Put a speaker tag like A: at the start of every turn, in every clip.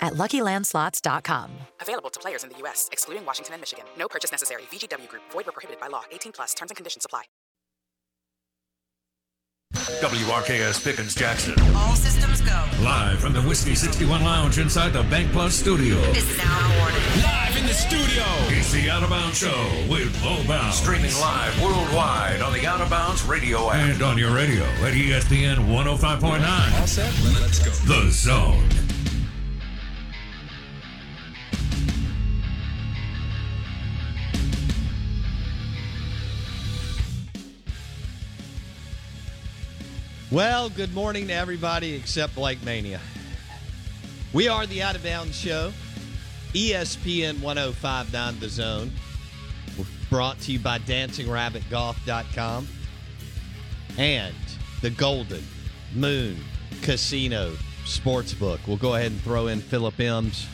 A: at luckylandslots.com.
B: Available to players in the U.S., excluding Washington and Michigan. No purchase necessary. VGW Group, void were prohibited by law. 18 plus terms and conditions apply.
C: WRKS Pickens Jackson.
D: All systems go.
C: Live from the Whiskey 61 Lounge inside the Bank Plus studio.
D: This is now awarded.
E: Live in the studio.
C: It's the Out of Bounds Show with Low Bounds. Streaming live worldwide on the Out of Bounds radio app. And on your radio at E ESPN 105.9.
E: All set. Let's go.
C: The Zone.
F: Well, good morning to everybody except Blake Mania. We are the Out of Bounds Show, E ESPN 1059 The Zone. We're brought to you by DancingRabbitGolf.com and the Golden Moon Casino Sportsbook. We'll go ahead and throw in Philip M's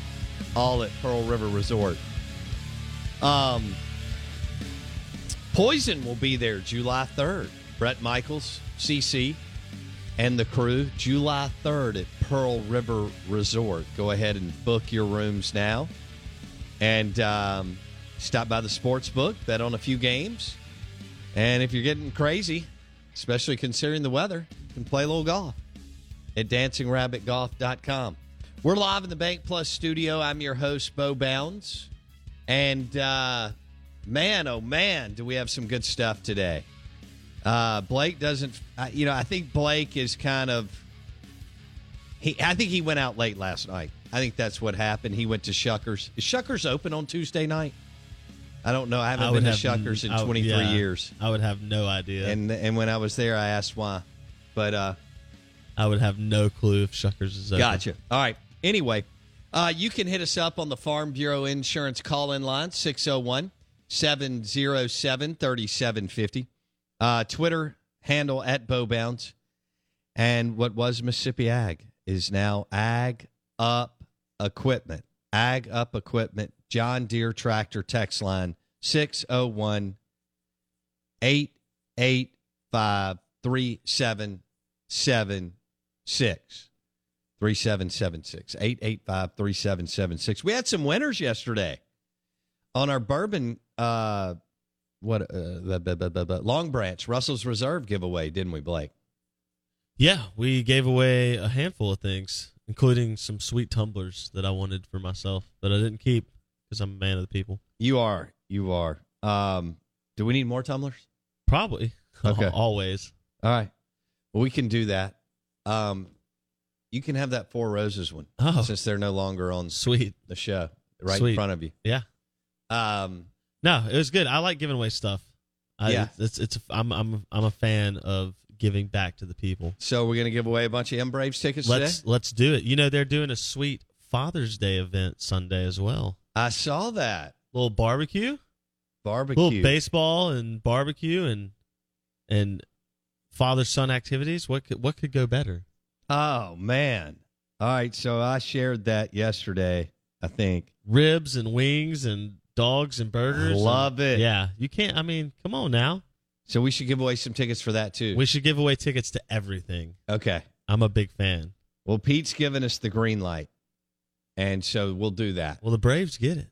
F: all at Pearl River Resort. Um, Poison will be there July 3rd. Brett Michaels, CC, and the crew July 3rd at Pearl River Resort. Go ahead and book your rooms now. And um, stop by the sports book, bet on a few games. And if you're getting crazy, especially considering the weather, you can play a little golf at dancingrabbitgolf.com. We're live in the Bank Plus studio. I'm your host, Bo Bounds. And uh, man, oh man, do we have some good stuff today. Uh, Blake doesn't. I- You know, I think Blake is kind of. He, I think he went out late last night. I think that's what happened. He went to Shuckers. Is Shuckers open on Tuesday night? I don't know. I haven't been to Shuckers in
G: I would-
F: 23
G: yeah,
F: years.
G: I would have no idea.
F: And and when I was there, I asked why. But uh,
G: I would have no clue if Shuckers is open.
F: Gotcha. All right. Anyway, uh, you can hit us up on the Farm Bureau Insurance call in line, 601 707 3750. Uh, Twitter handle at Bowbounds. And what was Mississippi Ag is now Ag Up Equipment. Ag Up Equipment, John Deere Tractor text line, 601 885 3776. 3776 885 3776 we had some winners yesterday on our bourbon uh what uh, the, the, the, the, the long branch russell's reserve giveaway didn't we blake
G: Yeah, we gave away a handful of things, including some sweet tumblers that I wanted for myself that I didn't keep because I'm a man of the people.
F: you are you are um do we need more tumblers
G: Probably.
F: Okay.
G: Always.
F: all right well, we can do that um you can have that four roses one
G: Oh.
F: since they're no longer on
G: Sweet.
F: the show right in
G: Sweet.
F: front of you
G: Yeah.
F: um
G: No, it was good. I like giving away stuff. I,
F: Yeah.
G: It's, it's, it's, I'm, I'm, I'm a fan of giving back to the people.
F: so we're gonna give away a bunch of m braves tickets
G: Let's,
F: today
G: let's do it. You know, they're doing a sweet Father's Day event Sunday as well.
F: i saw that
G: Little barbecue.
F: barbecue
G: little baseball and barbecue and and father son activities. What could, what could go better?
F: Oh man. All right, so I shared that yesterday, I think.
G: Ribs and wings and dogs and burgers.
F: Love it.
G: Yeah, you can't. I mean, come on now.
F: So we should give away some tickets for that too.
G: We should give away tickets to everything.
F: okay.
G: I'm a big fan.
F: Well, Pete's given us the green light, and so we'll do that.
G: Well, the Braves get it.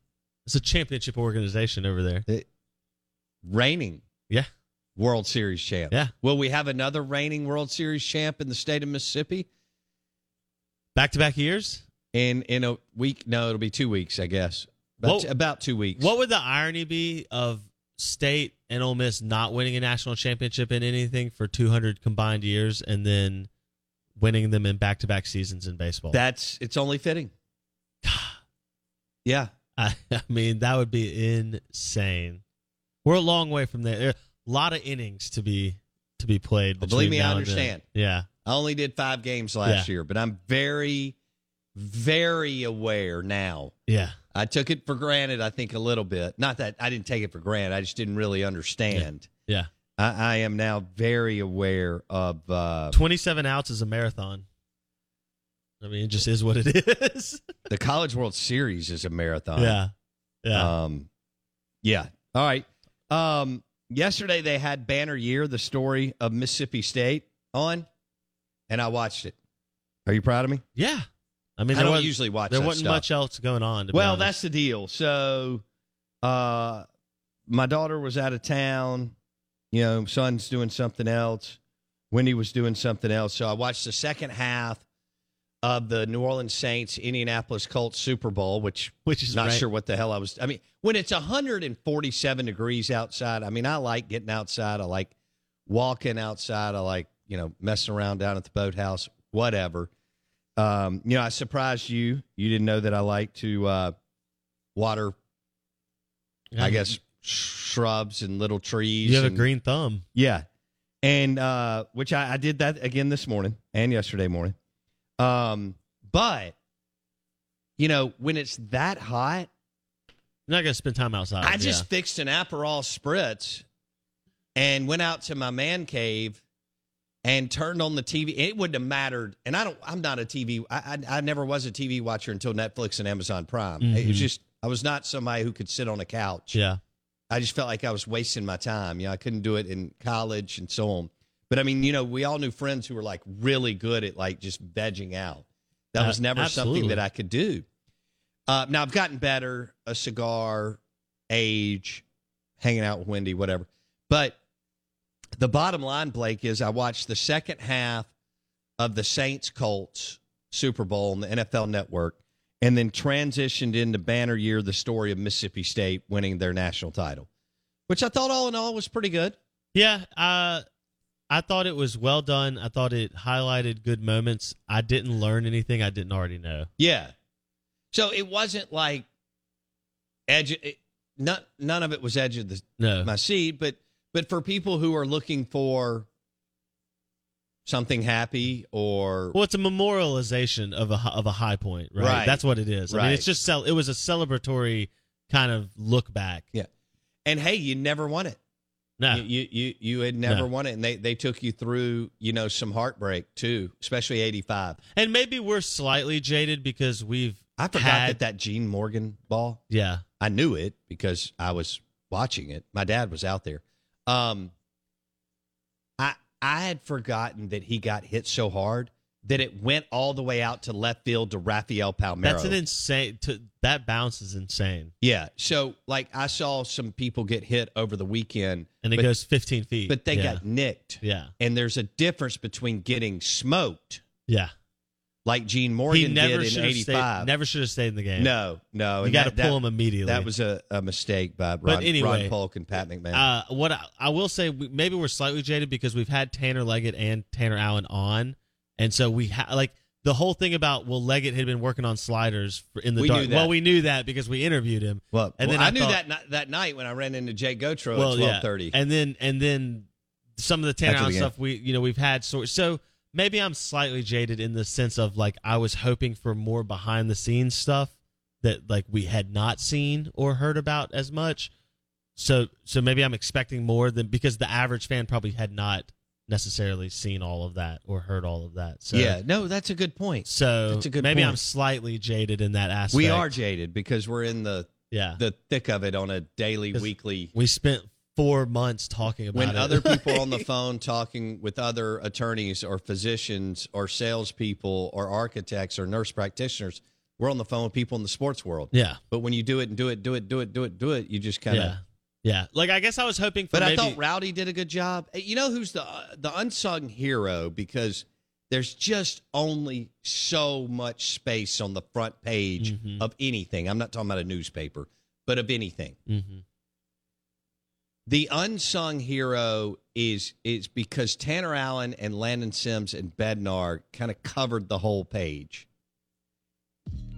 G: It's a championship organization over there.
F: The Uh, reigning
G: Yeah,
F: World Series champ.
G: Yeah.
F: Will we have another reigning World Series champ in the state of Mississippi
G: back to back years.
F: in in a week? No, it'll be two weeks, I guess. About,
G: What-
F: about two weeks.
G: What would the irony be of State and Ole Miss not winning a national championship in anything for 200 combined years, and then winning them in back to back seasons in baseball?
F: That's it's only fitting. yeah.
G: I, I mean, that would be insane. We're a long way from there. There are A lot of innings to be to be played.
F: Well, believe
G: between
F: me, I
G: now and then.
F: understand.
G: Yeah,
F: I only did five games last
G: Yeah.
F: year, but I'm very, very aware now.
G: yeah.
F: I took it for granted, I think, a little bit. Not that I didn't take it for granted, I just didn't really understand.
G: Yeah.
F: I, I am now very aware of. Uh,
G: 27 outs is a marathon. I mean, it just is what it is.
F: the College World Series is a marathon.
G: yeah. Yeah.
F: Um, yeah. All right. Um, yesterday they had Banner Year, the story of Mississippi State on, and I watched it. Are you proud of me?
G: yeah. I mean,
F: I
G: there
F: don't
G: wasn't-
F: usually watch
G: There
F: that
G: wasn't
F: stuff.
G: much else going on. to be
F: Well,
G: honest.
F: that's the deal. So, uh, my daughter was out of town. You know, son's doing something else. Wendy was doing something else. So I watched the second half of the New Orleans Saints Indianapolis Colts Super Bowl, which
G: Which is
F: not
G: right.
F: sure what the hell I was. I mean, when it's 147 degrees outside, I mean, I like getting outside. I like walking outside. I like you know messing around down at the boathouse, whatever. Um, you know, I surprised you. You didn't know that I like to uh, water,
G: Yeah,
F: I guess, shrubs and little trees.
G: You have a
F: and-
G: green thumb.
F: yeah. And uh which I, I did that again this morning and yesterday morning. Um, but you know, when it's that hot,
G: You're not going to spend time outside.
F: I just fixed an Aperol spritz and went out to my man cave and turned on the TV. It wouldn't have mattered. And I don't, I'm not a TV, I, I, I never was a TV watcher until Netflix and Amazon Prime. It
G: Mhm.
F: was just, I was not somebody who could sit on a couch.
G: Yeah.
F: I just felt like I was wasting my time. You know, I couldn't do it in college and so on. But I mean, you know, we all knew friends who were like really good at like just vegging out. That
G: Uh,
F: was never
G: absolutely.
F: something that I could do. Uh, now I've gotten better, a cigar, age, hanging out with Wendy, whatever. But the bottom line, Blake, is I watched the second half of the Saints Colts Super Bowl on the NFL network and then transitioned into banner year the story of Mississippi State winning their national title, which I thought all in all was pretty good.
G: Yeah, uh, I thought it was well done. I thought it highlighted good moments. I didn't learn anything I didn't already know.
F: Yeah. So it wasn't like edge. It, not, none of it was edge of the,
G: No,
F: my seat, but but for people who are looking for something happy or
G: well, it's a memorialization of a hi- of a high point, right?
F: Right.
G: That's what it is. I mean,
F: Right.
G: it's just cel- it was a celebratory kind of look back.
F: Yeah. and hey, you never won it.
G: No,
F: You, you you you had never
G: No.
F: won it, and they they took you through you know some heartbreak too, especially eighty five.
G: and maybe we're slightly jaded because we've
F: I forgot
G: had,
F: that that Gene Morgan ball.
G: Yeah,
F: I knew it because I was watching it. My dad was out there. Um, I I had forgotten that he got hit so hard that it went all the way out to left field to Rafael Palmero.
G: that's an insane. To, that bounce is insane,
F: yeah. So like I saw some people get hit over the weekend,
G: and it
F: but,
G: goes 15 feet.
F: but they
G: yeah.
F: got nicked.
G: yeah,
F: And there's a difference between getting smoked
G: yeah.
F: like Gene Morgan
G: he never
F: did in
G: should have stayed.
F: '85.
G: Never should have stayed in the game.
F: No, no.
G: you
F: and
G: got to
F: that- that-
G: pull him immediately.
F: That was a, a mistake by Ron,
G: But anyway,
F: Ron Polk and Pat McMahon.
G: Uh, what I, I will say, we, maybe we're slightly jaded because we've had Tanner Leggett and Tanner Allen on, and so we ha- like the whole thing about well Leggett had been working on sliders for, in the
F: We
G: dark.
F: knew that.
G: Well, we knew that because we interviewed him.
F: Well,
G: and
F: well,
G: then
F: I,
G: I
F: knew
G: thought-
F: that ni- that night when I ran into Jay Gotro at
G: yeah.
F: twelve thirty.
G: and then and then some of the Tanner
F: After the
G: Allen
F: game.
G: stuff we you know we've had so so maybe I'm slightly jaded in the sense of like I was hoping for more behind the scenes stuff that like we had not seen or heard about as much. So so maybe I'm expecting more than because the average fan probably had not necessarily seen all of that or heard all of that. So
F: yeah, no, that's a good point.
G: So
F: That's a good
G: maybe
F: point.
G: I'm slightly jaded in that aspect.
F: we are jaded because we're in the
G: Yeah.
F: the thick of it on a daily,
G: 'Cause
F: weekly.
G: we spent four months talking about
F: When
G: it.
F: other people are on the phone talking with other attorneys or physicians or salespeople or architects or nurse practitioners, we're on the phone with people in the sports world.
G: yeah.
F: But when you do it and do it, do it, do it, do it, do it, you just kind of.
G: Yeah. Yeah. Like I guess I was hoping for
F: But
G: maybe,
F: I thought Rowdy did a good job. Uh, You know who's the the unsung hero because there's just only so much space on the front page
G: Mhm.
F: of anything. I'm not talking about a newspaper, but of anything.
G: Mhm.
F: The unsung hero is is because Tanner Allen and Landon Sims and Bednar kind of covered the whole page.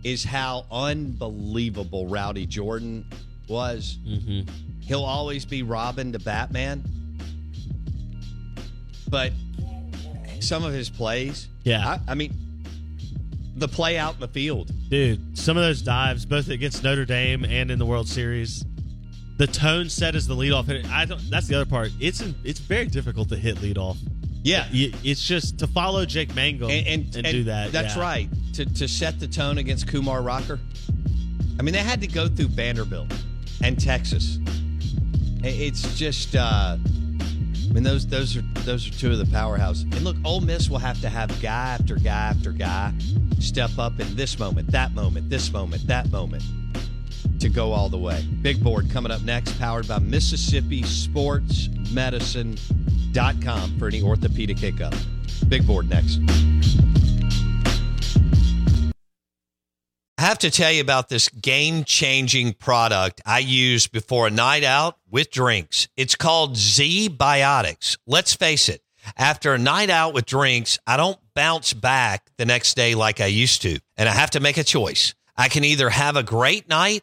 F: Is how unbelievable Rowdy Jordan was.
G: Mhm.
F: He'll always be Robin to Batman. But some of his plays,
G: Yeah.
F: I, I mean, the play out in the field.
G: Dude, some of those dives, both against Notre Dame and in the World Series, the tone set as the leadoff hitter. I don't. That's the other part. It's it's very difficult to hit leadoff.
F: Yeah,
G: You- It's just to follow Jake Mangum
F: and,
G: and,
F: and, and
G: do that.
F: That's
G: yeah.
F: right. To to set the tone against Kumar Rocker. I mean, they had to go through Vanderbilt and Texas. I- It's just, uh, I mean, those those are those are two of the powerhouses. And look, Ole Miss will have to have guy after guy after guy step up in this moment, that moment, this moment, that moment to go all the way. Big board coming up next, powered by Mississippi Sports Medicine.com for any orthopedic hiccup. Big board next. I have to tell you about this game changing product I use before a night out with drinks. It's called Z Biotics. Let's face it, after a night out with drinks, I don't bounce back the next day like I used to, and I have to make a choice. I can either have a great night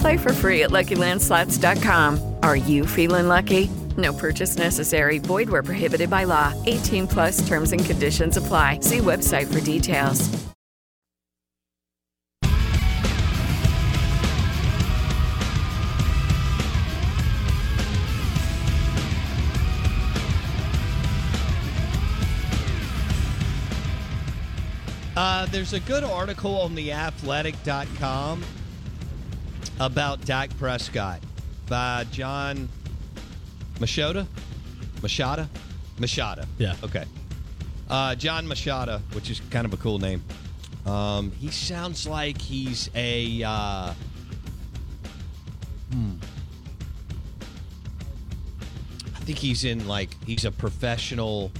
H: Play for free at LuckyLandSlots.com. Are you feeling lucky? No purchase necessary. Void where prohibited by law. 18 plus terms and conditions apply. See website for details.
F: Uh, there's a good article on theathletic.com about Dak Prescott by John Machota. Machada? Machada.
G: Yeah.
F: Okay. Uh, John Machada, which is kind of a cool name. Um, he sounds like he's a. Uh, hmm. I think he's in like, he's a professional.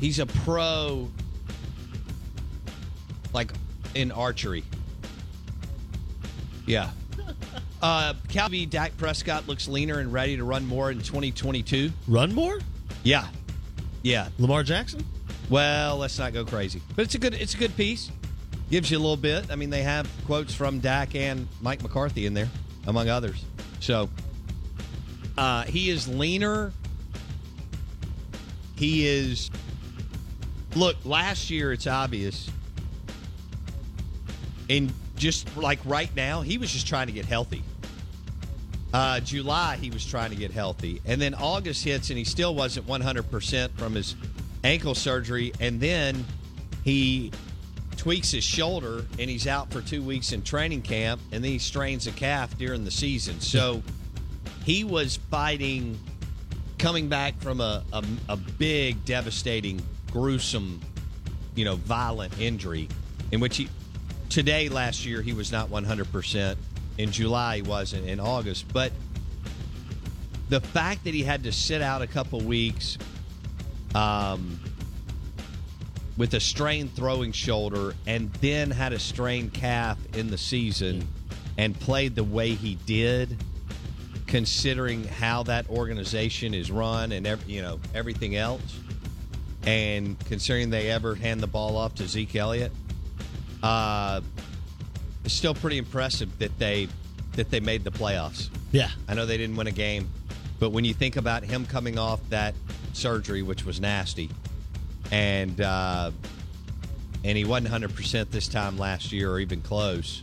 F: He's a pro, like in archery. Yeah. Uh, Calvi Dak Prescott looks leaner and ready to run more in 2022.
G: Run more,
F: Yeah, yeah.
G: Lamar Jackson.
F: Well, let's not go crazy, but it's a good it's a good piece. Gives you a little bit. I mean, they have quotes from Dak and Mike McCarthy in there, among others. So uh, he is leaner. He is. Look, last year it's obvious. And just like right now, he was just trying to get healthy. Uh, July, he was trying to get healthy. And then August hits, and he still wasn't 100% from his ankle surgery. And then he tweaks his shoulder and he's out for two weeks in training camp, and then he strains a calf during the season. So he was fighting, coming back from a, a, a big, devastating, gruesome, you know, violent injury in which he, today last year, he was not 100%. In July, he wasn't. In August, but the fact that he had to sit out a couple weeks um, with a strained throwing shoulder and then had a strained calf in the season and played the way he did considering how that organization is run and every, you know everything else and considering they ever hand the ball off to Zeke Elliott uh, it's still pretty impressive that they that they made the playoffs
G: Yeah.
F: I know they didn't win a game, but when you think about him coming off that surgery, which was nasty, and uh, and he wasn't hundred percent this time last year or even close,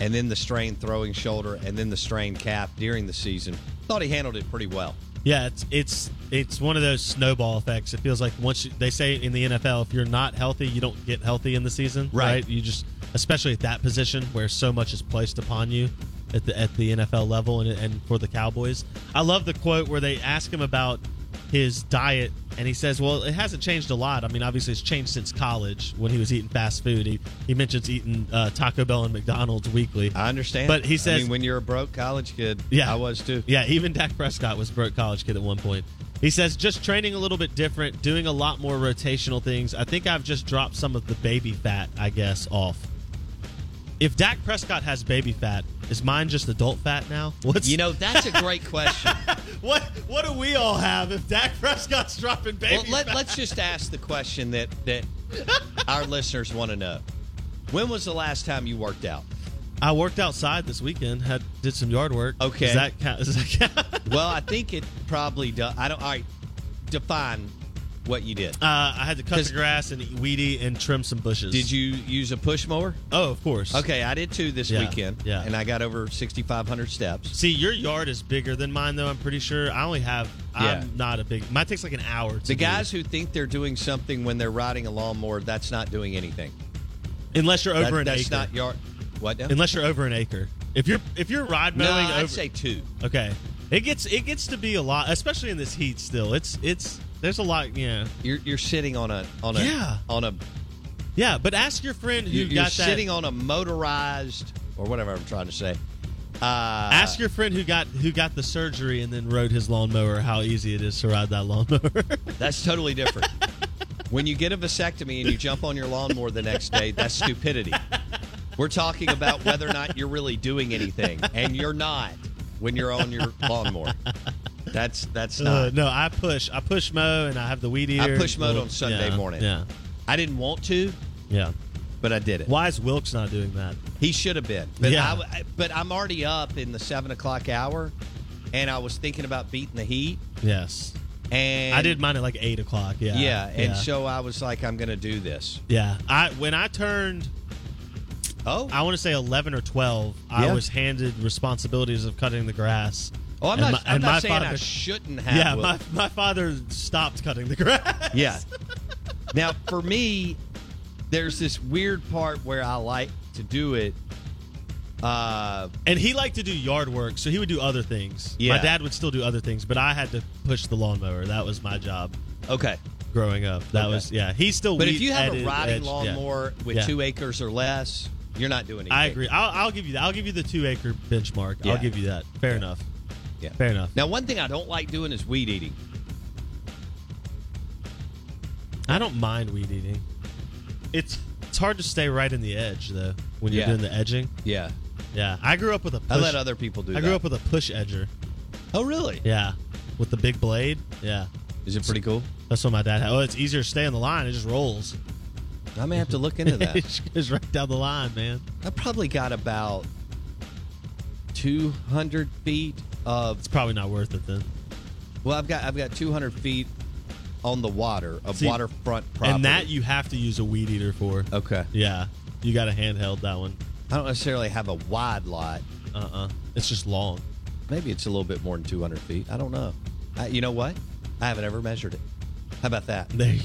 F: and then the strained throwing shoulder and then the strained calf during the season, thought he handled it pretty well.
G: Yeah, it's it's it's one of those snowball effects. It feels like once you, they say in the NFL, if you're not healthy, you don't get healthy in the season,
F: Right.
G: You just, especially at that position where so much is placed upon you at the at the NFL level and and for the Cowboys. I love the quote where they ask him about his diet, and he says, "Well, it hasn't changed a lot. I mean, obviously, it's changed since college when he was eating fast food. He he mentions eating uh, Taco Bell and McDonald's weekly.
F: I understand,
G: but
F: I
G: he says
F: mean, when you're a broke college kid,
G: yeah,
F: I was too.
G: Yeah, even Dak Prescott was a broke college kid at one point. He says just training a little bit different, doing a lot more rotational things. I think I've just dropped some of the baby fat, I guess, off. If Dak Prescott has baby fat, is mine just adult fat now? What's
F: you know that's a great question.
G: what what do we all have if Dak Prescott's dropping baby
F: well, let,
G: fat?
F: let's just ask the question that that our listeners want to know: When was the last time you worked out?
G: I worked outside this weekend. Had did some yard work.
F: Okay.
G: Does that count? Does that count? Uh,
F: well, I think it probably does. I don't. All right, define what you did.
G: Uh, I had to cut the grass and weed eat and trim some bushes.
F: Did you use a push mower?
G: Oh, of course.
F: Okay, I did too this
G: Yeah,
F: weekend.
G: yeah.
F: and I got over sixty five hundred steps.
G: See, your yard is bigger than mine, though. I'm pretty sure. I only have.
F: Yeah.
G: I'm not a big. Mine takes like an hour. To
F: The
G: do.
F: guys who think they're doing something when they're riding a lawnmower, that's not doing anything.
G: unless you're over
F: That-
G: an
F: that's
G: acre.
F: not yard. What? now?
G: Unless you're over an acre. If you're if you're ride
F: No,
G: mowing,
F: I'd
G: over,
F: say two.
G: Okay, it gets it gets to be a lot, especially in this heat. Still, it's it's there's a lot. Yeah,
F: you're you're sitting on a on a
G: Yeah.
F: on a
G: yeah. But ask your friend who
F: you, are
G: got that.
F: sitting on a motorized or whatever I'm trying to say. Uh,
G: ask your friend who got who got the surgery and then rode his lawnmower. How easy it is to ride that lawnmower.
F: That's totally different. when you get a vasectomy and you jump on your lawnmower the next day, that's stupidity. We're talking about whether or not you're really doing anything, and you're not when you're on your lawnmower. That's that's not.
G: Uh, no, I push I push mow and I have the weed eater.
F: I push mowed
G: Well,
F: on Sunday
G: yeah,
F: morning.
G: Yeah,
F: I didn't want to,
G: yeah.
F: but I did it.
G: Why is Wilkes not doing that?
F: He should have been, but
G: Yeah.
F: I w I but I'm already up in the seven o'clock hour, and I was thinking about beating the heat,
G: Yes.
F: and
G: I did mine at like eight o'clock. Yeah.
F: yeah, and so I was like, I'm going to do this.
G: yeah, I when I turned,
F: Oh,
G: I want to say eleven or twelve,
F: Yeah.
G: I was handed responsibilities of cutting the grass.
F: Oh, I'm
G: And
F: not.
G: my-
F: I'm
G: and
F: not
G: my
F: saying I
G: father-
F: shouldn't have.
G: Yeah,
F: Will.
G: my, my father stopped cutting the grass.
F: Yeah. Now, for me, there's this weird part where I like to do it. Uh,
G: And he liked to do yard work, so he would do other things.
F: Yeah.
G: My dad would still do other things, but I had to push the lawnmower. That was my job
F: okay.
G: growing up. That
F: Okay.
G: was yeah. He still
F: But
G: weed
F: if you have
G: edit-
F: a riding
G: edged- yeah.
F: lawnmower with
G: Yeah.
F: two acres or less, you're not doing anything.
G: I agree. I'll, I'll give you that. I'll give you the two acre benchmark.
F: Yeah.
G: I'll give you that. Fair enough.
F: Yeah.
G: Fair enough.
F: Now, one thing I don't like doing is weed eating.
G: I don't mind weed eating. It's it's hard to stay right in the edge though when you're
F: Yeah.
G: doing the edging.
F: Yeah.
G: Yeah, I grew up with a push.
F: I let other people do
G: I
F: that.
G: grew up with a push edger.
F: Oh, really?
G: Yeah, with the big blade. Yeah,
F: Is it pretty cool?
G: that's what my dad had. Oh, it's easier to stay on the line. It just rolls.
F: I may have to look into
G: it
F: that.
G: just goes right down the line, man.
F: I probably got about 200 feet of
G: It's probably not worth it then.
F: Well, I've got I've got 200 feet on the water of
G: See,
F: waterfront property.
G: And that you have to use a weed eater for.
F: okay?
G: Yeah, you got a handheld that one.
F: I don't necessarily have a wide lot.
G: Uh uh It's just long.
F: Maybe it's a little bit more than 200 feet. I don't know. I, you know what? I haven't ever measured it. How about that?
G: There,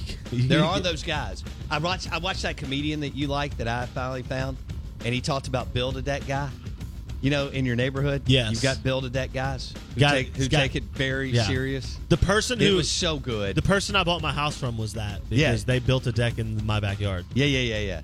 F: there are those guys. I watched I watched that comedian that you like that I finally found, and he talked about build a deck guy. You know, in your neighborhood,
G: Yes.
F: you've got build a deck guys who,
G: Guy-
F: take, who
G: guy-
F: take it very
G: Yeah.
F: serious.
G: The person
F: It
G: who
F: was so good.
G: The person I bought my house from was that because
F: Yeah.
G: they built a deck in my backyard.
F: Yeah, yeah, yeah, yeah.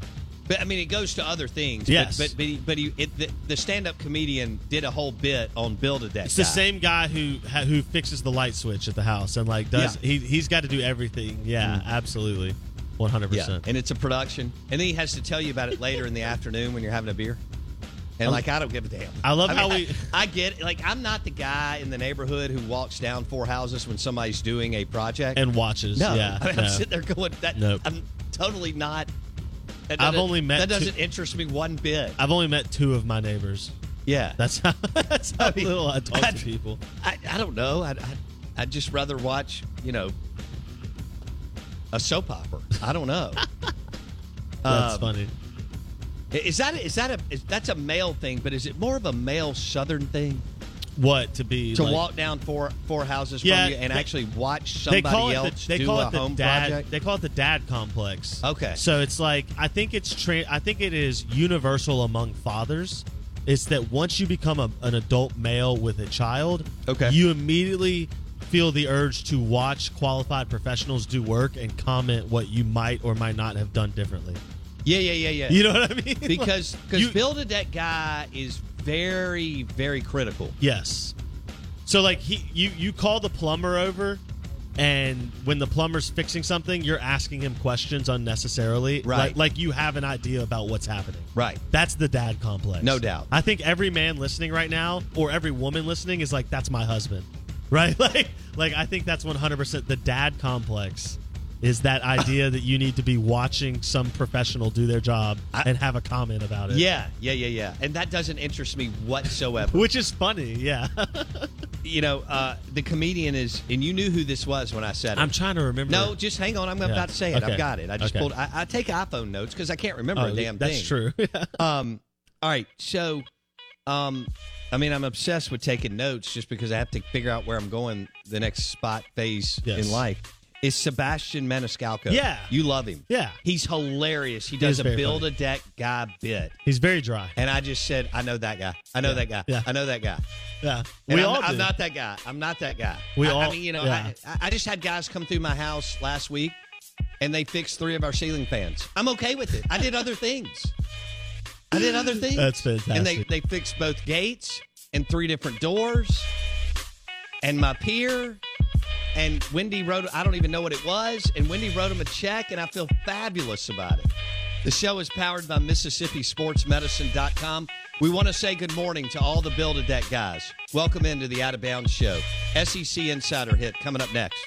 F: But I mean, it goes to other things.
G: Yes.
F: but but, but, he, but he, it, the, the stand-up comedian did a whole bit on build a deck.
G: It's the same guy who ha- who fixes the light switch at the house and like does he he's got to do everything. Yeah,
F: Mm-hmm.
G: absolutely, one hundred percent.
F: and it's a production, and then he has to tell you about it later in the afternoon when you're having a beer. And like, I don't give a damn.
G: I love how
F: mean,
G: we-
F: I, I get it. like I'm not the guy in the neighborhood who walks down four houses when somebody's doing a project
G: And watches,
F: No,
G: yeah,
F: I mean,
G: no.
F: I'm sitting there going, that
G: Nope.
F: I'm totally not. that
G: I've
F: doesn't-
G: only met
F: that
G: two-
F: doesn't interest me one bit.
G: I've only met two of my neighbors.
F: Yeah,
G: that's how that's how
F: I mean,
G: little I talk
F: I-
G: to people.
F: I, I don't know. I, I I'd just rather watch you know a soap opera. I don't know.
G: That's
F: Um,
G: funny.
F: Is that is that a is, that's a male thing? But is it more of a male Southern thing
G: What to be
F: to
G: like-
F: walk down four four houses
G: Yeah,
F: from you and
G: they-
F: actually watch somebody
G: They call it
F: else
G: the, they
F: do
G: call
F: a
G: it the
F: home
G: dad,
F: project?
G: They call it the dad complex.
F: Okay.
G: So it's like I think it's tra- I think it is universal among fathers. It's that once you become a, an adult male with a child, okay, you immediately feel the urge to watch qualified professionals do work and comment what you might or might not have done differently.
F: Yeah, yeah, yeah, yeah.
G: You know what I mean?
F: Because
G: Like,
F: because
G: you-
F: build a deck guy is very very critical.
G: Yes. So like he you you call the plumber over and when the plumber's fixing something, you're asking him questions unnecessarily.
F: Right.
G: Like, like you have an idea about what's happening.
F: Right.
G: That's the dad complex.
F: No doubt.
G: I think every man listening right now or every woman listening is like, that's my husband. Right? Like like I think that's one hundred percent the dad complex is that idea that you need to be watching some professional do their job and have a comment about it.
F: Yeah, yeah, yeah, yeah. And that doesn't interest me whatsoever.
G: Which is funny, yeah.
F: you know, uh, the comedian is, and you knew who this was when I said it.
G: I'm trying to remember.
F: No, just hang on. I'm
G: Yeah.
F: about to say it.
G: Okay.
F: I've got it. I just
G: Okay.
F: pulled. I, I take iPhone notes because I can't remember
G: Oh,
F: a damn
G: that's
F: thing. That's true. um, all right. So, um, I mean, I'm obsessed with taking notes just because I have to figure out where I'm going the next spot phase
G: Yes.
F: in life. Is Sebastian Maniscalco?
G: Yeah.
F: you love him.
G: Yeah.
F: he's hilarious. He
G: He
F: does
G: is
F: a
G: very
F: build a deck guy bit,
G: He's very dry.
F: and I just said, I know that guy. I know
G: Yeah.
F: that guy.
G: Yeah.
F: I know that guy.
G: Yeah,
F: And
G: we
F: I'm,
G: all.
F: I'm
G: do.
F: not that guy. I'm not that guy.
G: We
F: I, I
G: all-
F: mean, you know,
G: yeah.
F: I, I just had guys come through my house last week, and they fixed three of our ceiling fans. I'm okay with it. I did other things. I did other things.
G: That's fantastic.
F: And they they fixed both gates and three different doors, and my pier. And Wendy wrote, I don't even know what it was. And Wendy wrote him a check, and I feel fabulous about it. The show is powered by MississippiSportsMedicine.com. We want to say good morning to all the Build a Deck guys. Welcome into the Out of Bounds show. SEC Insider Hit coming up next.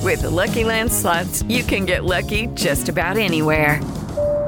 H: With the Lucky Land slots, you can get lucky just about anywhere.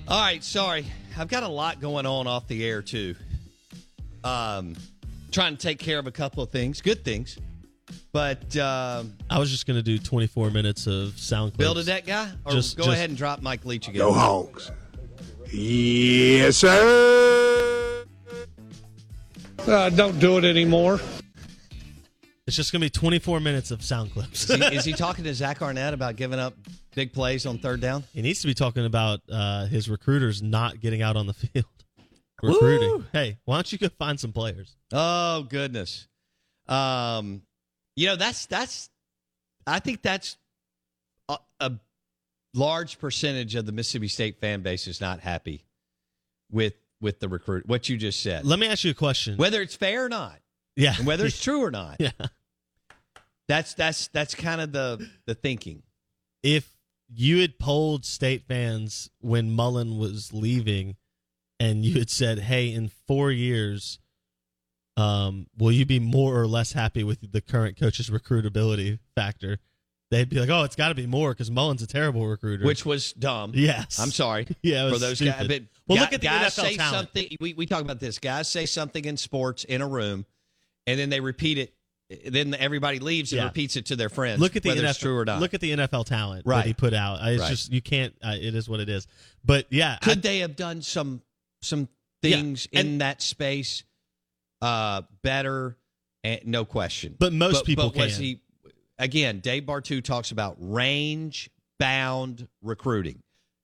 F: All right, sorry. I've got a lot going on off the air too. Um trying to take care of a couple of things, good things. But um
G: I was just gonna do 24 minutes of sound clips.
F: Bill to that guy or
G: Just-
F: go
G: just-
F: ahead and drop Mike Leach again.
I: No hogs. Yes, sir.
G: Uh, don't do it anymore. It's just gonna be 24 minutes of sound clips.
F: Is he, is he talking to Zach Arnett about giving up big plays on third down?
G: He needs to be talking about uh, his recruiters not getting out on the field. Recruiting. Hey, why don't you go find some players?
F: Oh goodness. Um, you know that's that's. I think that's a, a large percentage of the Mississippi State fan base is not happy with with the recruit. What you just said,
G: Let me ask you a question.
F: whether it's fair or not,
G: yeah,
F: and whether it's true or not.
G: Yeah.
F: That's that's that's kind of the the thinking.
G: if you had polled state fans when Mullen was leaving and you had said, "Hey, in 4 years um will you be more or less happy with the current coach's recruitability factor?" They'd be like, "Oh, it's got to be more cuz Mullen's a terrible recruiter."
F: Which was dumb.
G: Yes.
F: I'm sorry.
G: Yeah, it was
F: for those guys.
G: stupid.
F: But
G: well,
F: guy-
G: look at the
F: guys
G: NFL
F: say
G: talent.
F: something. We we talk about this. Guys say something in sports in a room, and then they repeat it. Then everybody leaves and
G: Yeah.
F: repeats it to their friends.
G: Look at the
F: whether
G: NFL,
F: it's true or not.
G: Look at the NFL talent that he
F: Right.
G: put out. Uh, It's
F: Right.
G: just you can't. Uh, it is what it is. But yeah,
F: Could they have done some some things in that space uh, better? And, no question.
G: But most people
F: but was
G: can.
F: he again? Dave Bartu talks about range bound recruiting.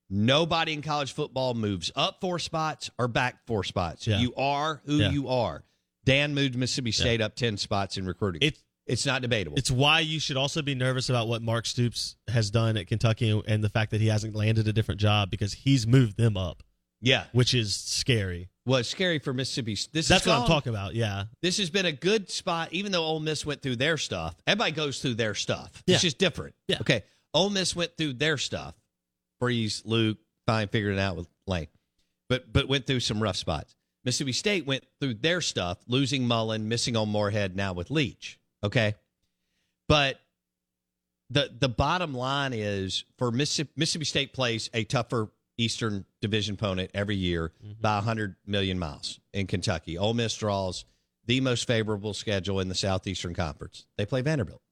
F: Nobody in college football moves up four spots or back four spots.
G: Yeah.
F: You are who
G: Yeah.
F: you are. Dan moved Mississippi State up ten spots in recruiting. It's it's not debatable.
G: It's why you should also be nervous about what Mark Stoops has done at Kentucky and the fact that he hasn't landed a different job because he's moved them up,
F: yeah.
G: which is scary.
F: Well, it's scary for Mississippi. This is
G: That's what I'm
F: gone.
G: talking about. Yeah.
F: This has been a good spot, even though Ole Miss went through their stuff. Everybody goes through their stuff.
G: Yeah.
F: It's just different.
G: Yeah.
F: Okay. Ole Miss went through their stuff. Breeze, Luke, fine, figured it out with Lane, but but went through some rough spots. Mississippi State went through their stuff, losing Mullen, missing on Moorhead, now with Leach. Okay, but the the bottom line is for Mississippi, Mississippi State plays a tougher Eastern Division opponent every year by 100 million miles in Kentucky. Ole Miss draws the most favorable schedule in the Southeastern Conference. They play Vanderbilt,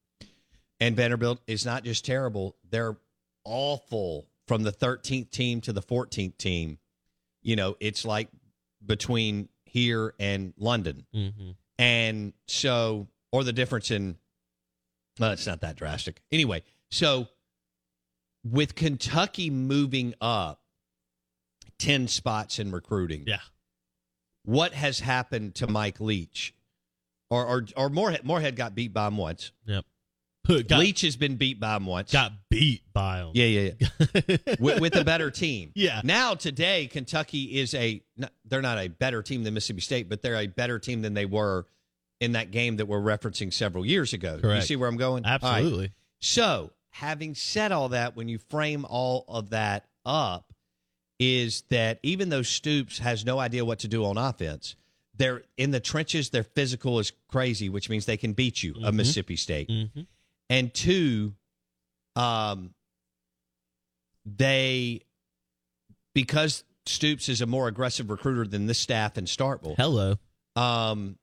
F: and Vanderbilt is not just terrible; they're awful from the 13th team to the 14th team. You know, it's like between here and London.
G: Mm-hmm.
F: And so, or the difference in, well, it's not that drastic. Anyway, so with Kentucky moving up 10 spots in recruiting,
G: yeah.
F: what has happened to Mike Leach? Or, or, or Moorhead, Moorhead got beat by him once.
G: Yep.
F: Leach has been beat by him once.
G: Got beat by him.
F: Yeah, yeah,
G: yeah.
F: with, with a better team.
G: Yeah.
F: Now today, Kentucky is a n- they're not a better team than Mississippi State, but they're a better team than they were in that game that we're referencing several years ago. You
G: Correct.
F: see where I'm going? All right.
G: Absolutely.
F: So, having said all that, when you frame all of that up, is that even though Stoops has no idea what to do on offense, they're in the trenches. Their physical is crazy, which means they can beat you, a
G: Mhm.
F: Mississippi State.
G: Mhm.
F: And two, um, they because Stoops is a more aggressive recruiter than this staff in Starkville.
G: Hello.
F: Um,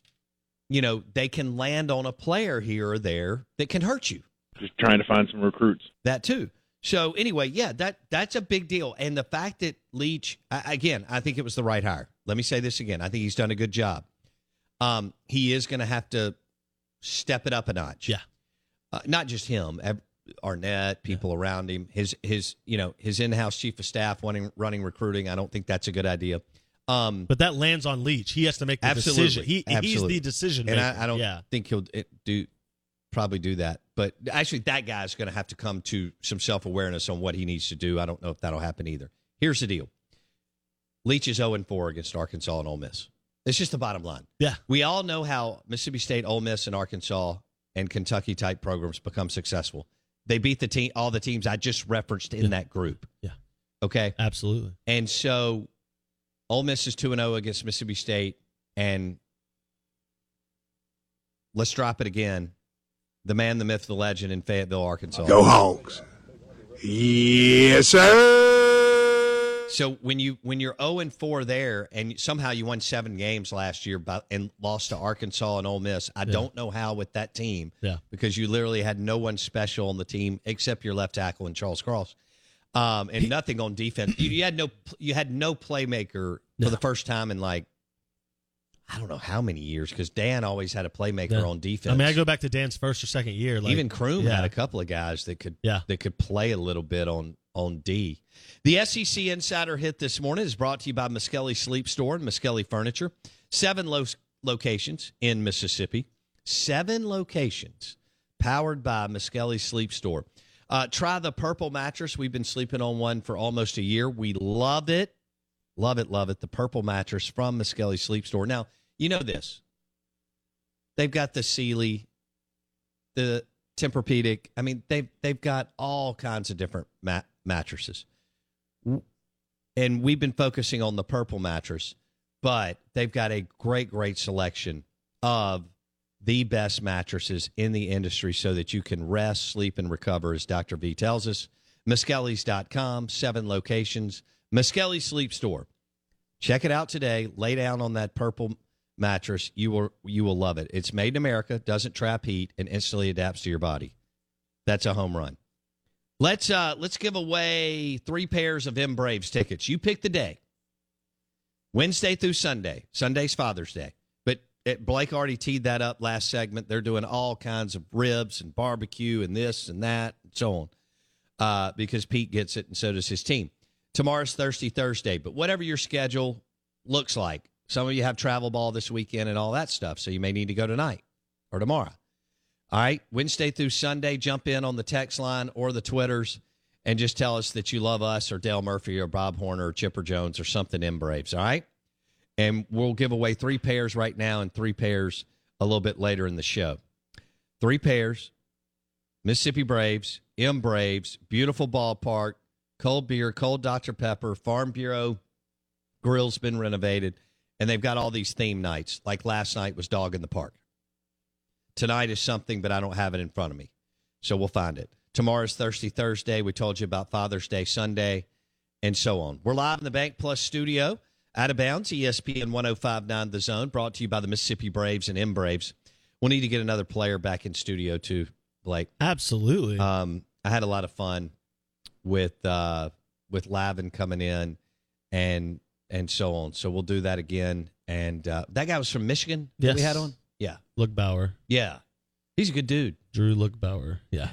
F: you know they can land on a player here or there that can hurt you.
J: Just trying to find some recruits.
F: That too. So anyway, yeah, that that's a big deal. And the fact that Leach, I, again, I think it was the right hire. Let me say this again. I think he's done a good job. Um, he is going to have to step it up a notch.
G: Yeah.
F: Uh, not just him, ev- Arnett, people around him, his his you know his in-house chief of staff running running recruiting. I don't think that's a good idea. Um,
G: but that lands on Leach. He has to make the
F: absolutely,
G: decision. He, he's
F: absolutely.
G: the decision
F: And
G: maker.
F: I, I don't
G: Yeah.
F: think he'll it- do probably do that. But actually, that guy's going to have to come to some self awareness on what he needs to do. I don't know if that'll happen either. Here's the deal: Leach is 0 4 against Arkansas and Ole Miss. It's just the bottom line.
G: Yeah.
F: We all know how Mississippi State, Ole Miss, and Arkansas and Kentucky type programs become successful. They beat the team, all the teams I just referenced in that group.
G: Yeah.
F: Okay.
G: Absolutely.
F: And so Ole Miss is 2 and 0 against Mississippi State. And let's drop it again. The man, the myth, the legend in Fayetteville, Arkansas.
I: Go Hogs. Yes, sir.
F: So when you when you're 0 and 4 there and somehow you won 7 games last year by, and lost to Arkansas and Ole Miss, I
G: Yeah.
F: don't know how with that team
G: Yeah.
F: because you literally had no one special on the team except your left tackle and Charles Cross. Um, and nothing on defense. You, you had no you had no playmaker for the first time in like I don't know how many years because Dan always had a playmaker
G: Yeah.
F: on defense.
G: I mean, I go back to Dan's first or second year. Like,
F: Even Kroom
G: yeah.
F: had a couple of guys that could
G: Yeah.
F: that could play a little bit on on D. The SEC Insider hit this morning is brought to you by Muskelly Sleep Store and Muskelly Furniture. Seven lo- locations in Mississippi. Seven locations powered by Muskelly Sleep Store. Uh, try the purple mattress. We've been sleeping on one for almost a year. We love it. Love it, love it. The purple mattress from Muskelly Sleep Store. Now, you know this. They've got the Sealy, the Tempur-Pedic. I mean, they've they've got all kinds of different mat- mattresses, and we've been focusing on the purple mattress, but they've got a great, great selection of the best mattresses in the industry, so that you can rest, sleep, and recover, as Doctor V tells us. Miskelly's.com, seven locations. Miskelly Sleep Store. Check it out today. Lay down on that purple mattress. You will you will love it. It's made in America, doesn't trap heat, and instantly adapts to your body. That's a home run. Let's uh let's give away three pairs of M Braves tickets. You pick the day. Wednesday through Sunday. Sunday's Father's Day. But it, Blake already teed that up last segment. They're doing all kinds of ribs and barbecue and this and that and so on uh, because Pete gets it and so does his team. Tomorrow's Thirsty Thursday, but whatever your schedule looks like, some of you have travel ball this weekend and all that stuff, so you may need to go tonight or tomorrow. All right, Wednesday through Sunday, jump in on the text line or the Twitters and just tell us that you love us or Dale Murphy or Bob Horner or Chipper Jones or something in Braves. All right. And we'll give away three pairs right now and three pairs a little bit later in the show. Three pairs Mississippi Braves, M Braves, beautiful ballpark, cold beer, cold Dr. Pepper, Farm Bureau grill's been renovated, and they've got all these theme nights. Like last night was Dog in the Park. Tonight is something, but I don't have it in front of me. So we'll find it. Tomorrow's Thirsty Thursday. We told you about Father's Day Sunday and so on. We're live in the Bank Plus studio, out of bounds, E ESPN 1059 The Zone, brought to you by the Mississippi Braves and M Braves. We'll need to get another player back in studio too, Blake.
G: Absolutely.
F: Um, I had a lot of fun with uh, with Lavin coming in and and so on. So we'll do that again. And uh, that guy was from Michigan. that we
G: Yes.
F: had on. Yeah,
G: Lookbauer.
F: yeah, he's a good dude.
G: Drew Lookbauer. Yeah.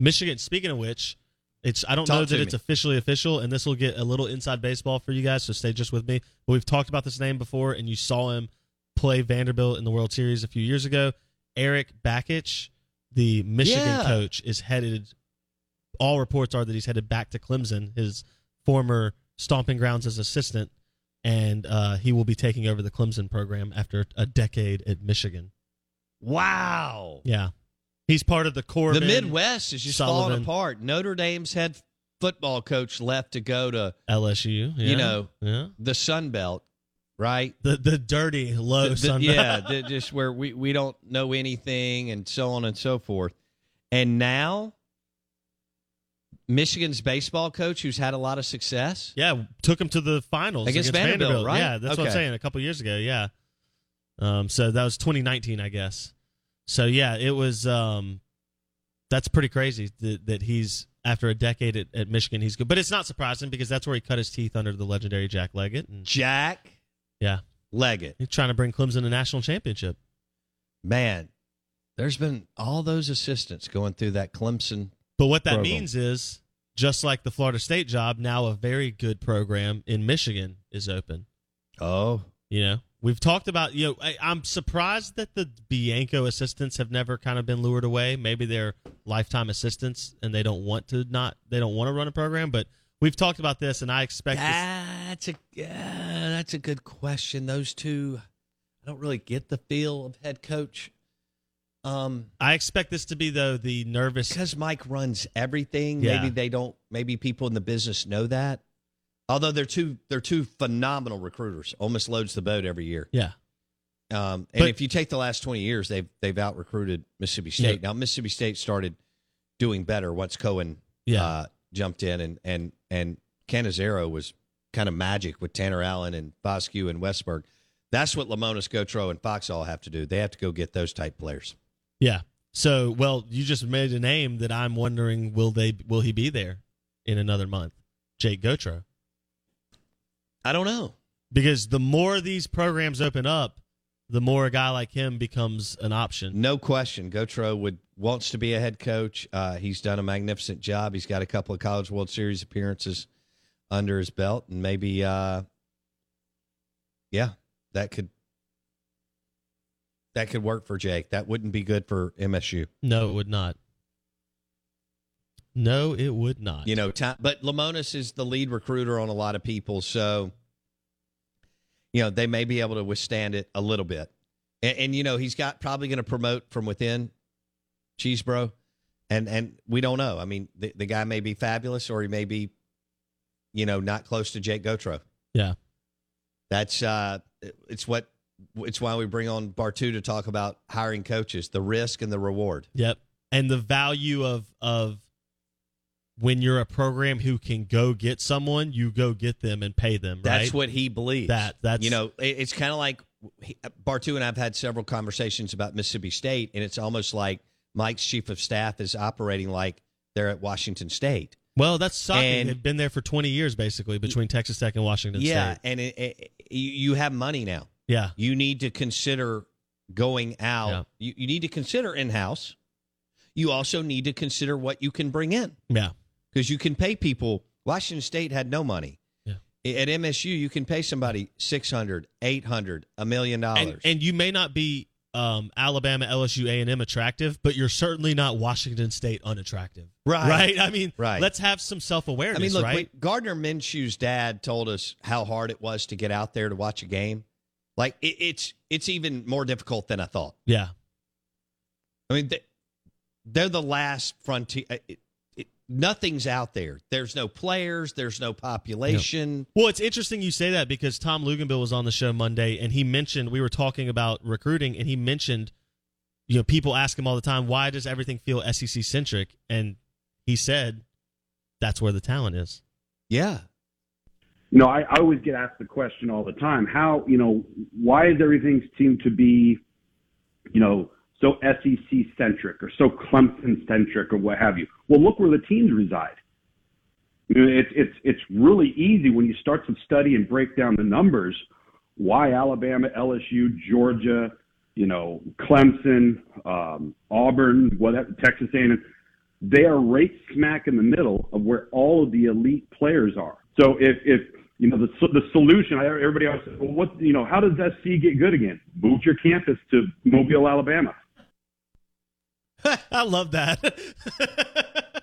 G: Michigan. Speaking of which, it's I don't
F: Talk
G: know
F: to
G: that it's
F: me.
G: officially official, and this will get a little inside baseball for you guys, so stay just with me. But we've talked about this name before, and you saw him play Vanderbilt in the World Series a few years ago. Eric Bakich, the Michigan
F: Yeah.
G: coach, is headed. All reports are that he's headed back to Clemson, his former stomping grounds as assistant, and uh, he will be taking over the Clemson program after a decade at Michigan.
F: Wow,
G: Yeah, he's part of the core.
F: the Midwest is just falling
G: Sullivan.
F: apart. Notre Dame's head football coach left to go to
G: LSU. yeah,
F: you know
G: yeah,
F: the Sun Belt, right?
G: the the dirty low
F: The- the-
G: Sun Belt.
F: yeah, the- just where we we don't know anything and so on and so forth. And now, Michigan's baseball coach, who's had a lot of success,
G: yeah, took him to the finals
F: Against
G: against,
F: Vanderbilt, right?
G: Yeah, that's what
F: Okay.
G: I'm saying. A couple years ago, yeah. Um, so that was 2019, I guess. So yeah, it was. Um, that's pretty crazy that, that he's after a decade at, at Michigan. He's good, but it's not surprising because that's where he cut his teeth under the legendary Jack Leggett. And
F: Jack
G: yeah,
F: Leggett.
G: he's trying to bring Clemson a national championship.
F: Man, there's been all those assistants going through that Clemson.
G: But what that
F: program.
G: means is, just like the Florida State job, now a very good program in Michigan is open.
F: Oh,
G: you know, we've talked about. You know, I, I'm surprised that the Bianco assistants have never kind of been lured away. Maybe they're lifetime assistants and they don't want to not. They don't want to run a program, but. We've talked about this, and I expect this-
F: that's a yeah, that's a good question. Those two, I don't really get the feel of head coach. Um,
G: I expect this to be though the nervous
F: because Mike runs everything.
G: Yeah.
F: Maybe they don't. Maybe people in the business know that. Although they're two, they're two phenomenal recruiters. Almost loads the boat every year.
G: Yeah.
F: Um, and
G: But-
F: if you take the last twenty years, they've they've out recruited Mississippi State. Now Mississippi State started doing better once Cohen
G: Yeah.
F: uh, jumped in, and and and Canizero was kind of magic with Tanner Allen and Bosque and Westberg. That's what Lamona's Gotro and Fox all have to do. They have to go get those type players.
G: Yeah. So, well, you just made a name that I'm wondering will they will he be there in another month? Jake Gotro.
F: I don't know.
G: Because the more these programs open up, the more a guy like him becomes an option.
F: No question. Gotro would wants to be a head coach. Uh, he's done a magnificent job. He's got a couple of College World Series appearances under his belt, and maybe, uh, yeah, that could that could work for Jake. That wouldn't be good for MSU.
G: No, it would not. No, it would not.
F: You know, time, but Lamonis is the lead recruiter on a lot of people, so you know they may be able to withstand it a little bit. And, and you know, he's got probably going to promote from within, Cheese Bro, and and we don't know. I mean, the, the guy may be fabulous, or he may be, you know, not close to Jake Gotro.
G: Yeah.
F: That's uh, it's what it's why we bring on Bartu to talk about hiring coaches, the risk and the reward.
G: Yep. And the value of of when you're a program who can go get someone, you go get them and pay them.
F: That's
G: right?
F: what he believes.
G: That- that's-
F: you know, it, it's kind of like he, Bartu and I've had several conversations about Mississippi State, and it's almost like Mike's chief of staff is operating like they're at Washington State.
G: Well, that's shocking.
F: And-
G: They've been there for 20 years, basically, between Texas Tech and Washington
F: yeah,
G: State.
F: and it, it, you you have money now.
G: Yeah.
F: You need to consider going out. You, you need to consider in house. You also need to consider what you can bring in.
G: Yeah.
F: because you can pay people. Washington State had no money.
G: Yeah.
F: I- At MSU, you can pay somebody 600, 800, a million
G: And,
F: dollars.
G: and you may not be um, Alabama, LSU, A&M attractive, but you're certainly not Washington State unattractive.
F: Right.
G: Right? I mean,
F: Right.
G: let's have some self-awareness,
F: I mean, look,
G: right?
F: wait, Gardner Minshew's dad told us how hard it was to get out there to watch a game. Like it, it's it's even more difficult than I thought.
G: Yeah.
F: I mean, they, they're the last frontier. uh, It, it, nothing's out there. There's no players. There's no population.
G: Well, it's interesting you say that because Tom Luganville was on the show Monday and he mentioned we were talking about recruiting and he mentioned you know people ask him all the time why does everything feel SEC centric and he said that's where the talent is.
F: Yeah.
K: No, I, I always get asked the question all the time. How you know why does everything seem to be, you know, so SEC centric or so Clemson centric or what have you? Well, look where the teams reside. You know, It's it's it's really easy when you start to study and break down the numbers. Why Alabama, LSU, Georgia, you know, Clemson, um, Auburn, whatever, Texas A&M, they are right smack in the middle of where all of the elite players are. So if, if you know the so- the solution, I- everybody else, says, well, what you know, how does SC get good again? Move your campus to Mobile, Alabama.
G: I love that.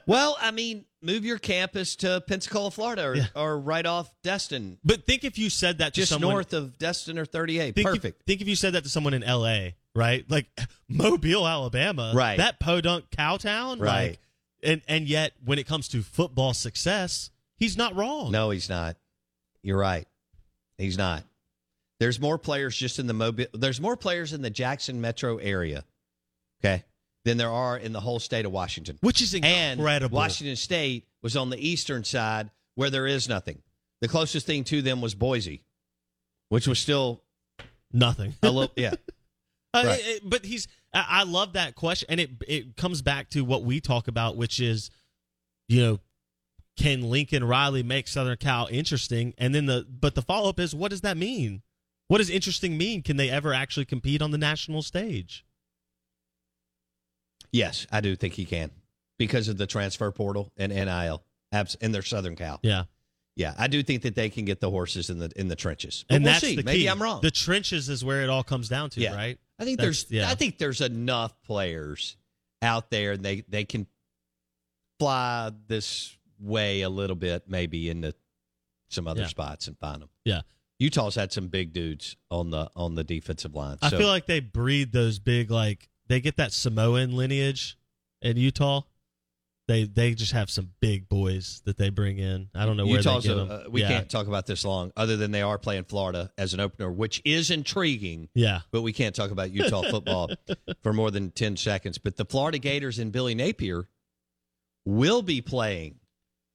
F: well, I mean, move your campus to Pensacola, Florida, or, or right off Destin.
G: But think if you said that to
F: just
G: someone
F: north of Destin or 38.
G: think
F: Perfect.
G: If, think if you said that to someone in LA, right? Like Mobile, Alabama,
F: Right.
G: That podunk cowtown,
F: Right.
G: Like, and and yet when it comes to football success, he's not wrong.
F: No, he's not. You're right. He's not. There's more players just in the mobile. There's more players in the Jackson metro area, okay, than there are in the whole state of Washington.
G: Which is
F: And
G: incredible.
F: Washington State was on the eastern side where there is nothing. The closest thing to them was Boise, which was still
G: nothing.
F: a little, yeah.
G: Uh,
F: Right.
G: it- it- but he's. I I love that question, and it it comes back to what we talk about, which is, you know, can Lincoln Riley make Southern Cal interesting? And then the but the follow up is, what does that mean? What does interesting mean? Can they ever actually compete on the national stage?
F: Yes, I do think he can because of the transfer portal and NIL abs- and their Southern Cal.
G: Yeah.
F: Yeah, I do think that they can get the horses in the in the trenches. But
G: and
F: we'll
G: that's
F: see.
G: the
F: Maybe
G: key.
F: I'm wrong.
G: The trenches is where it all comes down to,
F: Yeah.
G: right?
F: I think
G: That's-
F: there's I think there's enough players out there and they they can fly this way a little bit maybe into some other
G: Yeah.
F: spots and find them.
G: Yeah.
F: Utah's had some big dudes on the on the defensive line.
G: I
F: so-
G: feel like they breed those big like they get that Samoan lineage in Utah. They they just have some big boys that they bring in. I don't know where
F: Utah's
G: they get
F: a-
G: them.
F: uh, we
G: yeah.
F: can't talk about this long other than they are playing Florida as an opener, which is intriguing.
G: Yeah.
F: But we can't talk about Utah football for more than 10 seconds. But the Florida Gators and Billy Napier will be playing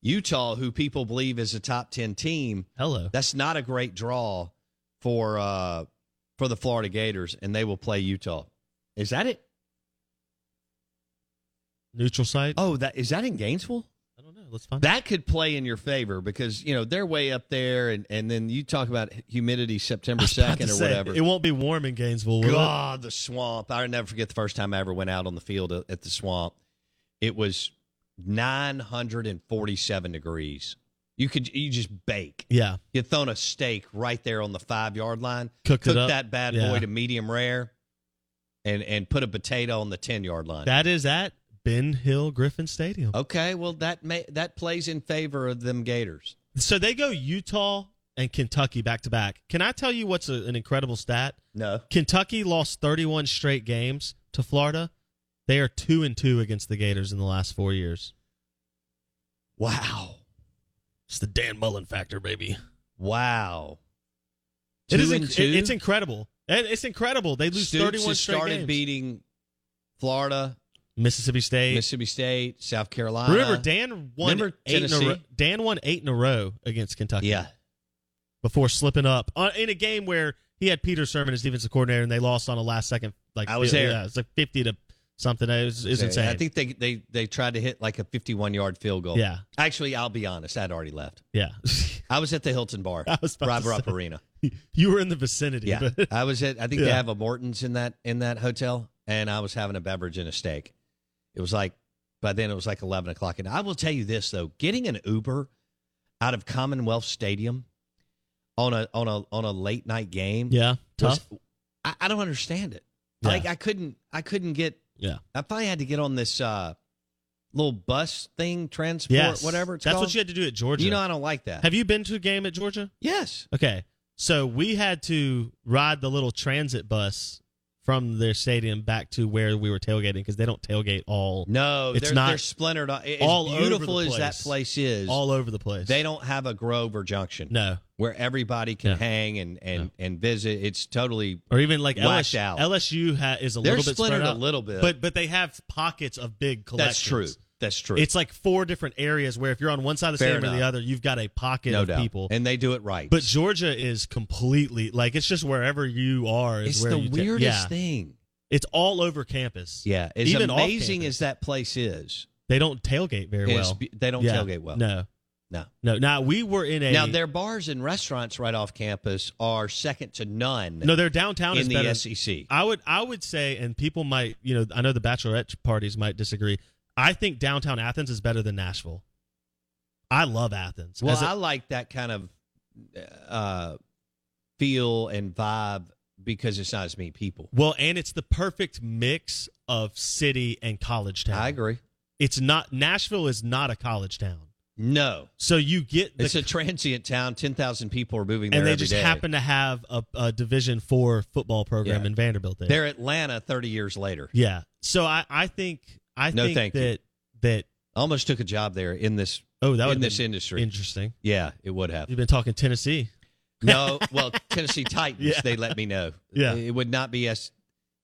F: Utah, who people believe is a top 10 team.
G: Hello.
F: That's not a great draw for uh, for the Florida Gators, and they will play Utah. Is that it?
G: Neutral site.
F: Oh, that is that in Gainesville?
G: I don't know. Let's find
F: That could play in your favor because you know they're way up there, and, and then you talk about humidity September
G: out.
F: second or
G: To say,
F: whatever.
G: It won't be warm in Gainesville. Will it?
F: God, the swamp! I'll never forget the first time I ever went out on the field at at the swamp. It was nine hundred and forty-seven degrees. You could you just bake.
G: Yeah.
F: You thrown a steak right there on the five yard line.
G: Cooked it
F: cook
G: up.
F: that bad
G: Yeah.
F: boy to medium rare, and and put a potato on the ten yard line.
G: That is at Ben Hill Griffin Stadium.
F: okay, well that may that plays in favor of them Gators.
G: So they go Utah and Kentucky back to back. Can I tell you what's a, an incredible stat?
F: No.
G: Kentucky lost 31 straight games to Florida. They are 2 and 2 against the Gators in the last 4 years.
F: Wow.
G: It's the Dan Mullen factor, baby.
F: Wow.
G: It is
F: Two and
G: inc-
F: two?
G: it- it's incredible. And it's incredible. They lose
F: Stoops
G: 31
F: has
G: straight
F: started
G: games.
F: beating Florida,
G: Mississippi State.
F: Mississippi State, South Carolina.
G: Remember Dan won
F: uh, Remember
G: eight in a
F: Tennessee?
G: row, Dan won 8 in a row against Kentucky.
F: Yeah.
G: before slipping up uh, in a game where he had Peter Sermon as defensive coordinator and they lost on a last second. Like
F: I was there.
G: Yeah, it's like fifty to something. It was, it was insane.
F: I think they, they they tried to hit like a 51 yard field goal.
G: Yeah.
F: Actually, I'll be honest. I'd already left.
G: Yeah,
F: I was at the Hilton Bar,
G: I was about
F: Rob
G: to
F: Rupp
G: say.
F: Arena.
G: you were in the vicinity.
F: Yeah.
G: but-
F: I was at, I think they
G: Yeah.
F: have a Morton's in that, in that hotel, and I was having a beverage and a steak. It was like, by then it was like 11 o'clock. And I will tell you this, though, getting an Uber out of Commonwealth Stadium on a, on a, on a late night game.
G: yeah,
F: was-
G: tough.
F: I, I don't understand it.
G: Yeah.
F: Like I couldn't I couldn't get
G: Yeah,
F: I finally had to get on this uh little bus thing, transport,
G: yes,
F: whatever it's
G: That's
F: called.
G: what you had to do at Georgia.
F: You know I don't like that.
G: Have you been to a game at Georgia?
F: yes.
G: Okay, so we had to ride the little transit bus from their stadium back to where we were tailgating because they don't tailgate all
F: No,
G: It's
F: they're,
G: not-
F: they're splintered. on- As
G: all over the
F: beautiful as that
G: place.
F: place is,
G: all over the place.
F: they don't have a Grove or Junction
G: no.
F: where everybody can
G: Yeah.
F: hang and and and visit. It's totally
G: or even like
F: whacked
G: LSU,
F: out.
G: LSU ha- is a
F: They're
G: little bit spread
F: splintered a
G: out,
F: little bit.
G: but but they have pockets of big
F: that's
G: collections.
F: true. That's true.
G: It's like four different areas where if you're on one side of the
F: Fair
G: stadium or the
F: enough.
G: other, you've got a pocket
F: no
G: of
F: doubt.
G: people.
F: and they do it right.
G: But Georgia is completely like it's just wherever you are is
F: it's
G: where
F: the
G: you ta-
F: weirdest
G: yeah.
F: thing.
G: It's all over campus.
F: Yeah, as
G: Even off
F: amazing
G: campus.
F: as that place is,
G: They don't tailgate very
F: it's
G: well.
F: be- they don't
G: Yeah.
F: tailgate well.
G: No,
F: no.
G: no. Now we were in a
F: Now their bars and restaurants right off campus are second to none.
G: no. Their downtown
F: in
G: is
F: the E.
G: better.
F: SEC.
G: I would I would say, and people might, you know, I know the bachelorette parties might disagree. I think downtown Athens is better than Nashville. I love Athens.
F: Well,
G: As a-
F: I like that kind of uh, feel and vibe because it's not as many people.
G: well, and it's the perfect mix of city and college town.
F: I agree.
G: It's not Nashville is not a college town,
F: No,
G: so you get the
F: it's a transient town. Ten thousand people are moving there
G: and they
F: every
G: just
F: day.
G: happen to have a, a Division Four football program
F: Yeah.
G: in Vanderbilt. There,
F: They're Atlanta thirty years later.
G: yeah. So I I think I
F: No,
G: think
F: thank you.
G: that that
F: I almost took a job there in this.
G: oh that
F: in
G: would
F: this industry.
G: interesting.
F: yeah, it would have.
G: You've been talking Tennessee.
F: No, well, Tennessee Titans,
G: Yeah.
F: they let me know.
G: Yeah.
F: It would not be S.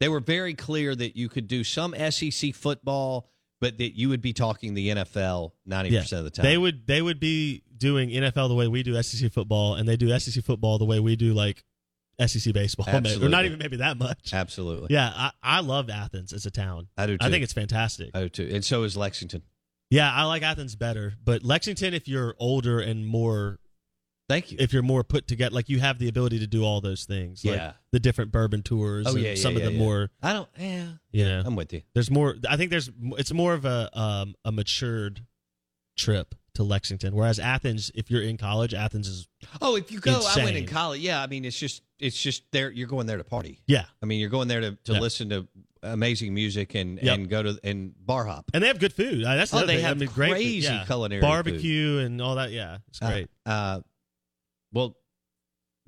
F: They were very clear that you could do some SEC football, but that you would be talking the NFL 90% of the time.
G: They would they would be doing NFL the way we do SEC football, and they do SEC football the way we do like SEC baseball. maybe.
F: Absolutely.
G: Or not even maybe that much.
F: Absolutely.
G: Yeah, I, I love Athens as a town.
F: I do,
G: I
F: too.
G: think it's fantastic.
F: Oh, too. And so is Lexington.
G: yeah, I like Athens better, but Lexington, if you're older and more,
F: Thank you.
G: if you're more put together, like you have the ability to do all those things. like
F: Yeah.
G: the different bourbon tours.
F: oh,
G: and
F: yeah, yeah.
G: some of
F: yeah,
G: the
F: yeah.
G: more.
F: I don't, yeah.
G: You know,
F: I'm with you.
G: there's more. I think there's. It's more of a um a matured trip. to Lexington. Whereas Athens, if you're in college, Athens is
F: Oh, if you go, I went in
G: Insane.
F: college. Yeah, I mean, it's just it's just there. You're going there to party.
G: yeah,
F: I mean, you're going there to, to
G: Yeah.
F: listen to amazing music and
G: Yep.
F: and go to and bar hop.
G: and they have good food. Uh, that's
F: Oh,
G: another
F: they
G: thing.
F: have
G: I mean, great food.
F: crazy
G: Yeah.
F: culinary
G: barbecue and all that. Yeah, it's
F: Uh,
G: great.
F: Uh, well,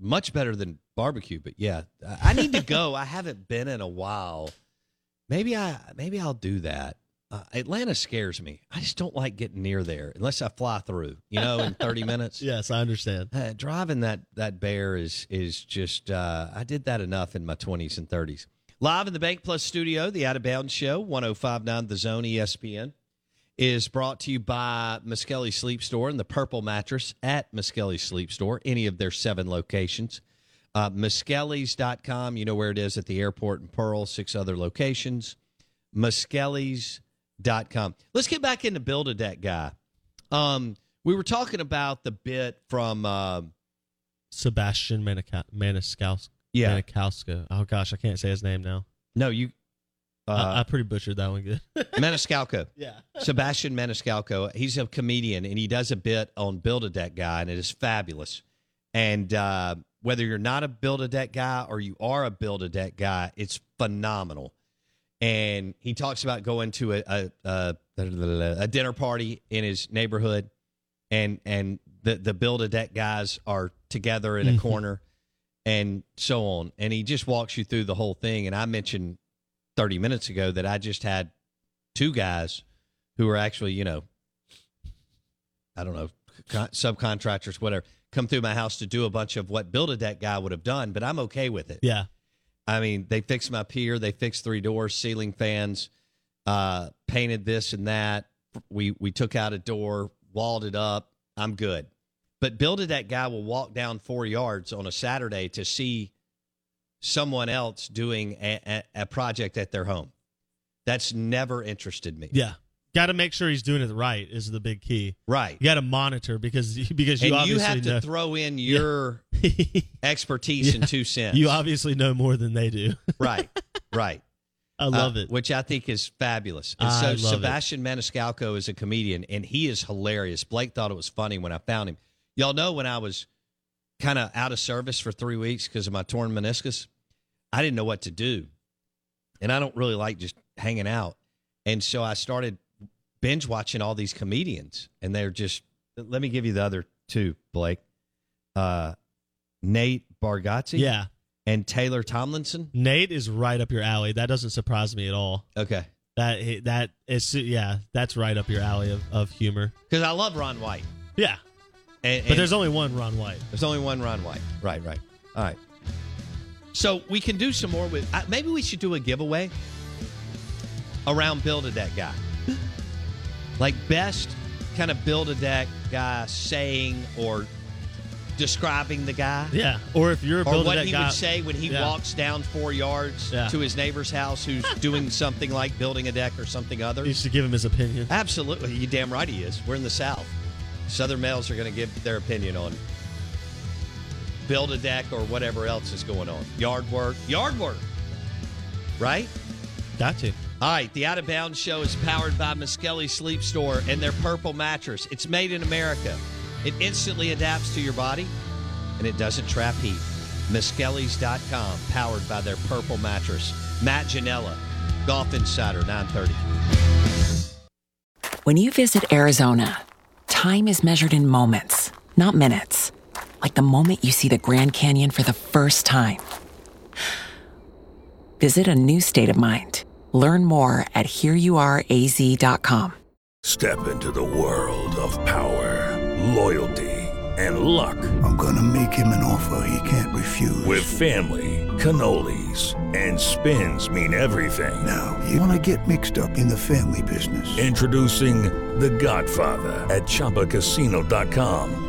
F: much better than barbecue, but yeah, I I need to go. I haven't been in a while. Maybe I maybe I'll do that. Uh, Atlanta scares me. I just don't like getting near there unless I fly through, you know, in 30 minutes.
G: yes, I understand.
F: Uh, driving that that bear is is just uh, I did that enough in my 20s and 30s. Live in the Bank Plus studio, the Out of Bounds Show, 1059 The Zone E ESPN, is brought to you by Muskelly Sleep Store and the Purple Mattress at Muskelly Sleep Store, any of their seven locations. Uh, Muskelly's.com, you know where it is at the airport in Pearl, six other locations. Muskelly's.com. Let's get back into Build a Deck guy. Um, we were talking about the bit from uh,
G: Sebastian Manica- Maniscalco.
F: Yeah.
G: Maniscalco. Oh gosh, I can't say his name now.
F: no you
G: I, I
F: uh,
G: pretty butchered that one. Good.
F: Maniscalco.
G: Yeah.
F: Sebastian Maniscalco. He's a comedian and he does a bit on Build a Deck guy, and it is fabulous. And uh, whether you're not a Build a Deck guy or you are a Build a Deck guy, it's phenomenal. And he talks about going to a a, a, a dinner party in his neighborhood, and and the the Build a Deck guys are together in a
G: Mhm.
F: corner, and so on. And he just walks you through the whole thing. And I mentioned 30 minutes ago that I just had two guys who are actually, you know, I don't know, con- subcontractors, whatever, come through my house to do a bunch of what Build a Deck guy would have done, but I'm okay with it.
G: Yeah.
F: I mean, they fixed my pier, they fixed three doors, ceiling fans, uh, painted this and that. We we took out a door, walled it up. I'm good. But Build a Deck guy will walk down four yards on a Saturday to see someone else doing a, a, a project at their home. That's never interested me.
G: Yeah. Got to make sure he's doing it right is the big key.
F: Right.
G: You got to monitor because because you
F: and you
G: obviously
F: have to
G: know,
F: throw in your expertise and
G: Yeah.
F: two cents.
G: you obviously know more than they do.
F: right, right. Uh,
G: I love it.
F: which I think is fabulous. And
G: I
F: so
G: love it.
F: Sebastian Maniscalco is a comedian, and he is hilarious. Blake thought it was funny when I found him. Y'all know when I was kind of out of service for three weeks because of my torn meniscus, I didn't know what to do, and I don't really like just hanging out, and so I started binge watching all these comedians, and they're just. Let me give you the other two, Blake. Uh, Nate Bargatze,
G: Yeah.
F: and Taylor Tomlinson.
G: Nate is right up your alley. That doesn't surprise me at all.
F: Okay.
G: That that is yeah, that's right up your alley of, of humor.
F: Because I love Ron White.
G: Yeah.
F: And,
G: But there's only one Ron White.
F: there's only one Ron White. Right, right. All right. So we can do some more with. I maybe we should do a giveaway around build a deck guy, like best kind of build a deck guy saying or describing the guy.
G: Yeah. Or if you're a
F: Or
G: builder
F: what
G: that
F: he
G: guy-
F: would say when he
G: Yeah.
F: walks down four yards
G: Yeah.
F: to his neighbor's house who's doing something like building a deck or something other.
G: You used to give him his opinion.
F: Absolutely. You damn right he is. We're in the South. Southern males are going to give their opinion on build a deck or whatever else is going on. Yard work. Yard work. Right?
G: Got to.
F: All right, the Out of Bounds show is powered by Muskelly Sleep Store and their purple mattress. It's made in America. It instantly adapts to your body and it doesn't trap heat. Muskellys.com, powered by their purple mattress. Matt Janella, Golf Insider, 930.
L: When you visit Arizona, time is measured in moments, not minutes. Like the moment you see the Grand Canyon for the first time. Visit a new state of mind. Learn more at hereyouareaz.com.
M: Step into the world of power, loyalty, and luck. I'm going to make him an offer he can't refuse. With family, cannolis, and spins mean everything. Now,
N: You want to get mixed up in the family business.
M: introducing The Godfather at ChumbaCasino.com.